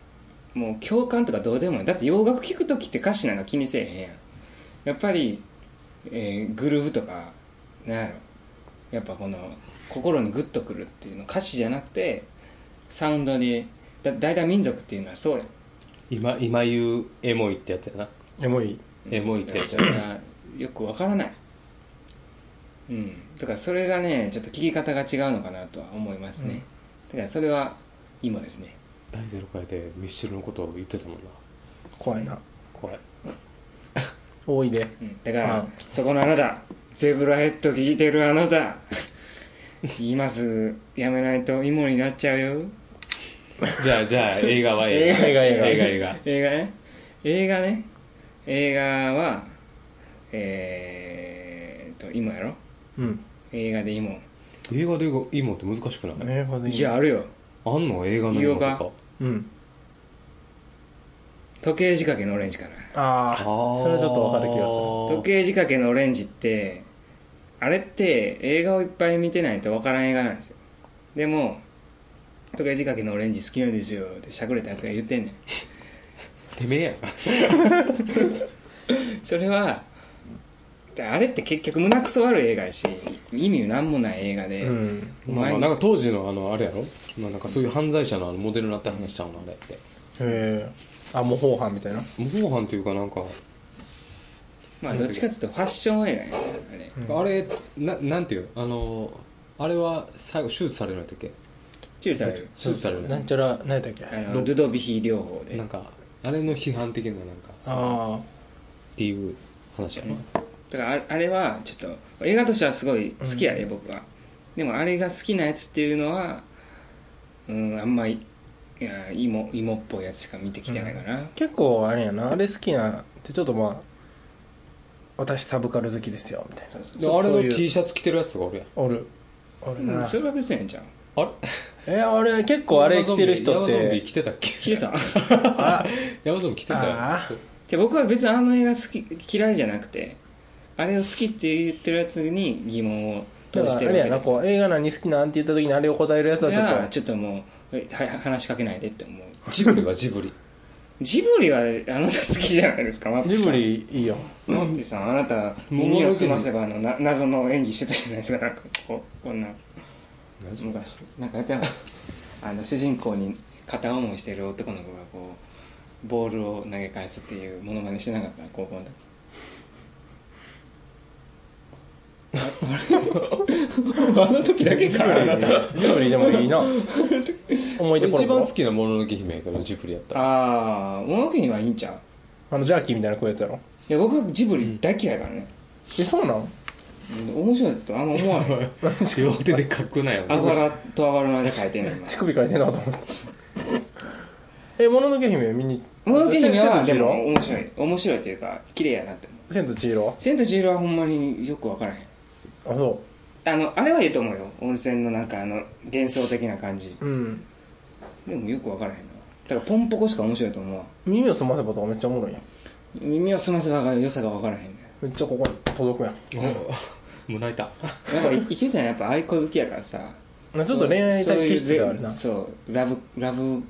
もう共感とかどうでもいいだって洋楽聴く時って歌詞なんか気にせえへんやんやっぱり、えーグルーヴとかなんやろやっぱこの心にグッとくるっていうの歌詞じゃなくてサウンドにだ大体民族っていうのはそうやん
今、今言うエモいってやつやな。
エモい
エモいってやつ
そ
や
れ
な。
がよくわからないうんだからそれがねちょっと聞き方が違うのかなとは思いますね、だからそれは今ですね
第0回でミスチルのことを言ってたもんな。
怖いな
怖い。
多いで
うんだから、
うん
そこのあなたゼブラヘッド聞いてるあなた今すぐやめないと芋になっちゃうよ
じゃあ、じゃあ、映画は映画。
映画映画
映画映画。
映画ね映画ね映画はえー、っと今やろ
うん
映画で芋
映画で映画、今って難しくない
英語でい
い
い
やあるよ
あんの映画の今と
洋画
か。
うん
時計仕掛けのオレンジかな
ああ
あー
それはちょっとわかる気がする
時計仕掛けのオレンジってあれって映画をいっぱい見てないとわからん映画なんですよでも時計仕掛けのオレンジ好きなんですよってしゃくれたやつが言ってんね
てめえやん。
んそれはあれって結局胸くそ悪い映画やし意味なんもない映画で、
うん
お
まあ
前
まあ、
に
なんか当時のあの、あれやろまあなんかそういう犯罪者のあのモデルになった話ちゃうのあれって。
へえあ模倣犯みたいな
模倣犯っていうかなんか、
まあどっちかっていうとファッション映画やねあれ
あれ、ななんていうあの、あれは最後手術されるんやったっけ
注意される
手術されるんや
なんちゃら何やったっけ
あ
あ
のドゥドビヒ療法で
なんか、あれの批判的ななんか、
あ
っていう話やな。
だからああれはちょっと映画としてはすごい好きやで、僕はでもあれが好きなやつっていうのはうんあんまりいや芋芋っぽいやつしか見てきてないかな、
結構あれやなあれ好きなってちょっとまあ私サブカル好きですよみたいな
そうそう
で
そう
あれ
そうい
の
う
T シャツ着てるやつがおるやん。
おるおる
うん
な
それは別にええんちゃう
あれ
え俺結構あれ着てる人っ
ヤマゾン
て
ビ着てたっけ
消えた
あ
ヤマゾンビ着てたよ。
あー
そう
で僕は別にあの映画好き嫌いじゃなくてあれを好きって言ってるやつに疑問を
だ
通
か
し
らあ
てるわ
れや
け
な
です
こ
よ
う映画何好きなんて言った時にあれを答えるやつはちょ
だから
っ
ちょっともうえは話しかけないでって思う
ジブリはジブリ
ジブリはあなた好きじゃないですかマッ
と
ピー
ジ
さん
ブリいいよ
マッピーさんあなた耳を澄ませばあのな謎の演技してたじゃないですかなんかこうこんな昔なんかやってなかったあの主人公に片思いしてる男の子がこうボールを投げ返すっていうモノマネしてなかった高校の時ああの時だけかあなた
ジブリでもいいな思い出コ
一
ロコ
番
ロ
好きなもののけ姫やけどジブリやったら
ああ物置にはいいんちゃう
あのジャーキーみたいな食うやつやろ
いや僕はジブリ大嫌いだからね、
えそうなん
面白いとあんま思わ ない
両手で書くなよ
あばらと あばらの間書いてんの今
乳首変えてんなと思ってえもののけ姫見に
物置姫は
千と千
でも
尋
面白い面白いというか綺麗やなって思う
千と千尋
千と千尋はほんまによく分からへん
あそ
あのあれはいいと思うよ温泉のなんかあの幻想的な感じ
ううん
でもよく分からへんなだからポンポコしか面白いと思うわ
耳を澄ませばとかめっちゃおもろいやん
耳を澄ませば良さが分からへんね
めっちゃここに届くやん
もう泣いた
やっぱい池ちゃんやっぱ愛子好きやからさ
まあちょっと恋愛
そう
的
いう
気質があるなそ
そうラブラブ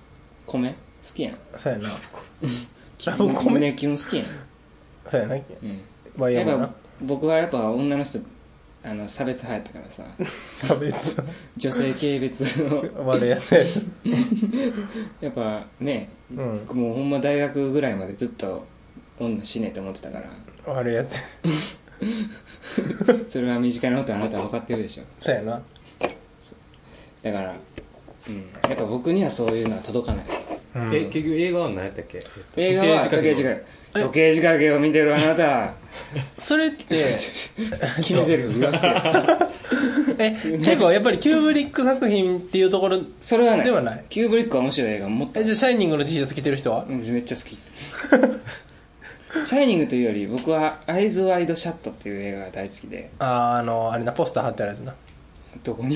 コメ好きやん
うやなラブコメ
胸キュン好きやん
そうやな
うん
バイヤ
や
ーも
っ
な
ぱ僕はやっぱ女の人あの差別派やったからさ
差別
女性軽蔑の
悪いやつや
やっぱね、
うん
僕もうほんま大学ぐらいまでずっと女死ねえと思ってたから
悪いやつ
それは身近なことあなたは分かってるでしょ
そうやな
だから、うん、やっぱ僕にはそういうのは届かない
うん
え結局映画は何やったっけ
映画は時計仕掛け時計仕掛けを見てるあなた
それって
決めゼル言わ せて
え結構やっぱりキューブリック作品っていうところ
それはない
ではない
キューブリックは面白い映画もっと
えじゃあ「シャイニング」の T シャツ着てる人は
うんめっちゃ 好きシャイニングというより僕は「アイズ・ワイド・シャット」っていう映画が大好きで
あーあのあれなポスター貼ってあるやつな
どこに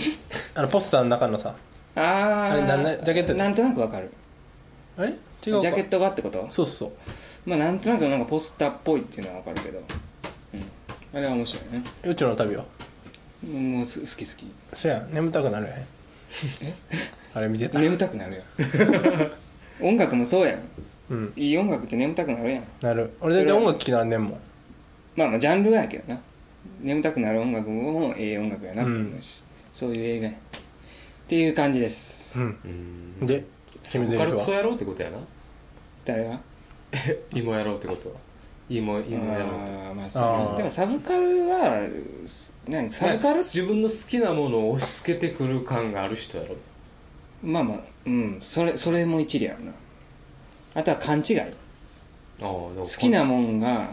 あのポスターの中のさ
ああ
あれなんだジャケット
なんとなくわかる
あれ違
ジ
うか
ャケットがってこと
そうそう
まあなんとなくなんかポスターっぽいっていうのはわかるけど、うん、あれは面白いね
宇宙の旅は
もうす好き好
そや眠たくな るやんあれ見て
き
た
眠たくなる やん音楽もそうやん
うん
いい音楽って眠たくなるやん
なる俺大体音楽聴きなんねんもん
まあまあジャンルやけどな眠たくなる音楽もええ音楽やなって思うし、そういう映画やっていう感じです、
う
うん
んで
そ
決め
こ
台
から
詞
クソ
は
やろうってことやな
誰が
芋やろうってことは芋芋やろうって
あーまあそう
あー
でもサブカルは何サブカル
自分の好きなものを押し付けてくる感がある人やろ
まあまあうんそれそれも一理あるなあとは勘違い
ああ
好きなもんが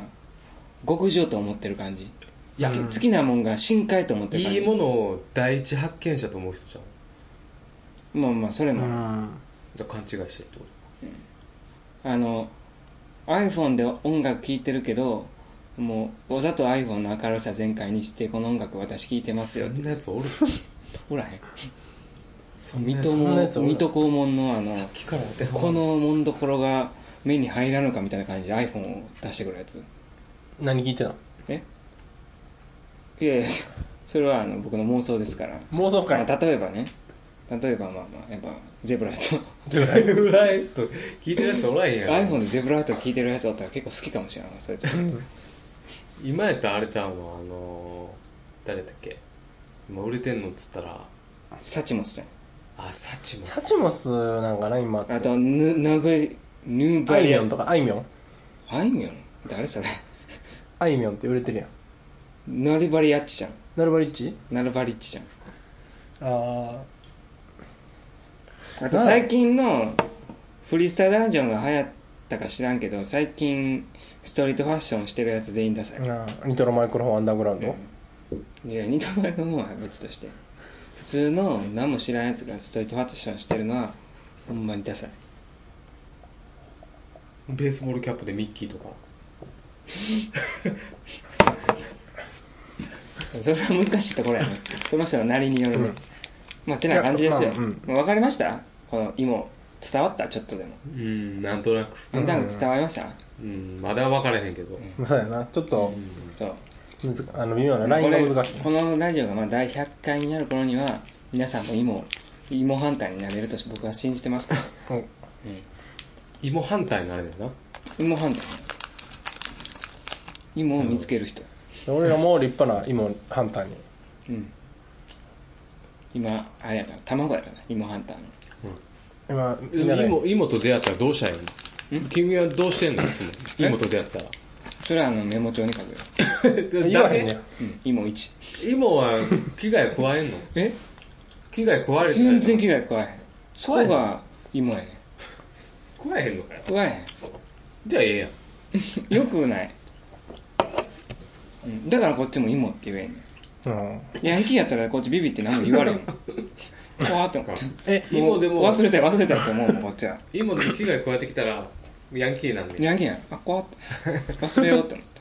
極上と思ってる感じ
いや
好き好きなもんが深海と思ってる感
い
じ
いものを第一発見者と思う人じゃん
まあまあそれ
う
もある、
ん
だから勘違いしてるってこ
あの iPhone で音楽聴いてるけどもうわざと iPhone の明るさ全開にしてこの音楽私聴いて
と
ますよって
そんなやつおる
おらへん
そんな
水
やつ
戸
おる
んなやつお
も
らん
水戸黄門のあ
さ
の
っきから当てはま
このもんどころが目に入らぬかみたいな感じで iPhone を出してくるやつ
何聴いてたの
えいやいやそれはあの僕の妄想ですから、
妄想
ま
会
あ、例えばね例えばまあまあやっぱゼブライト
ぐらいと聞いてるやつおらへんやろ
iPhone でゼブライト聴いてるやつだったら結構好きかもしれないそいつ
今やったらあれちゃうのあのー誰だっけ今売れてんのっつったら
サチモスちゃん
あサチモ
サ
ス
チモスなんかな今
あとヌナベヌー
あ
バ
い
リ
み
ア
ょん
ン
とかあいみょん
あいみょん誰それ
あいみょんって売れてるやん
ナルバリアッチちゃん
ナルバリッチ
ナルバリッチちゃ
あ
んあと最近のフリースタイルダンジョンが流行ったか知らんけど最近ストリートファッションしてるやつ全員ダサい
あニトロマイクロフォンアンダーグラウンド
いや二度前の方は別として普通の何も知らんやつがストリートファッションしてるのはほんまにダサい
ベースボールキャップでミッキーとか
それは難しいところ やねその人のなりによるね、まあてな感じですよ、
いやまあ
分かりましたこの芋伝わったちょっとでも
うんなんとなく
なんとなく伝わりました
うんまだ分からへんけど
そうやなちょっと
そう
むずあの微妙なライ
こ
ン
れ
が難しい
このラジオがまあ第100回になる頃には皆さんも芋芋反対になれると僕は信じてますから
うん
芋反対なんやな
芋反対芋を見つける人、
俺らも立派な芋ハンターに
うん、今あれやから卵やから芋反対の
今みんなで
芋芋と出会ったらどうしたらいいの君はどうしてんのいつも芋と出会ったら
それはあのメモ帳に書くよ、
言わへんねん
うん、芋1
芋は危害加えんの
え
危害加える
全然危害加えへんそ
加えへ
こ
ん
が芋やねん
加えへんのかよ
加え
じゃあええや
へ
ん
んよくない、うん、だからこっちも芋って言えんねん
うん
いや、平気やったらこっちビビって何も言われんもん。怖って思って。
え
も
芋
う
でも
忘れたい忘れたいと思うもん、こっちは。
芋でも危害加えてきたらヤンキーなんで
ヤンキーやん。あ、怖って。忘れようって思って。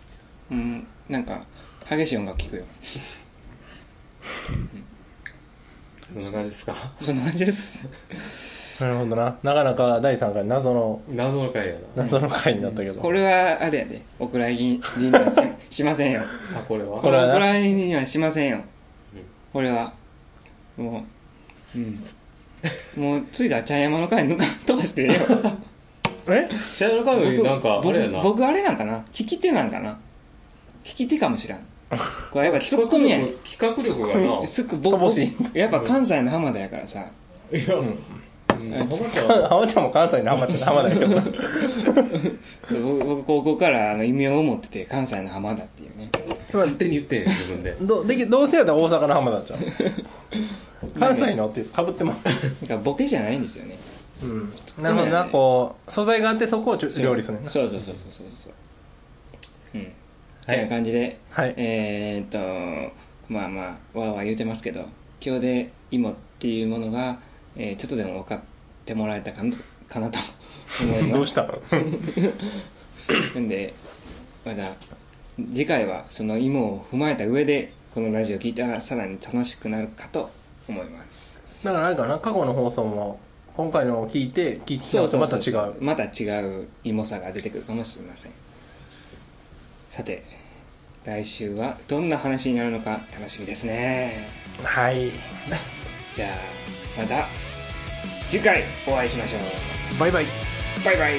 うん、なんか、激しい音楽聞くよ。
そんな感じですか
そんな感じです。
なるほどななかなか第3回謎の
謎の回やな
謎の回になったけど
これは、あれやで。お蔵入りにはししませんよ。
あこれは
これはな
お蔵入りにはしませんよ。これは。もう、うん。もう、次が茶山の会に抜か飛ばしてるよ。
え
茶屋の会もなんかあれやな
僕僕あれなんかな聞き手なんかな聞き手かもしらんこれやっぱツッコミやねん
企画力 がな
すっぼ
乏しい
僕やっぱ関西の浜田やからさ
いや、うん、浜ちゃん は
浜ちゃんも関西の浜ちゃんの浜だけどな
そう僕僕高校からあの異名を持ってて関西の浜田っていうね
勝手に言ってんねん自 分で
どできどうせやったら大阪の浜田ちゃん 関西のってかぶってます
だからボケじゃないんですよね
うんなるほどなこう素材があってそこをちょ料理するねんな
そうそうそうそうそうそううん
はい
こんな感じで
はい
えーっとまあまあわーわー言うてますけど今日で芋っていうものが、えーちょっとでも分かってもらえたかなかなと思います
どうしたの
なんでまだ次回はその芋を踏まえた上でこのラジオ聞いたらさらに楽しくなるかと思います
だからあれかな過去の放送も今回のを聞いて聞いてきたのとまた違う
また違う芋さが出てくるかもしれませんさて来週はどんな話になるのか楽しみですね
はい
じゃあまた次回お会いしましょう
バイバイ
バイバイ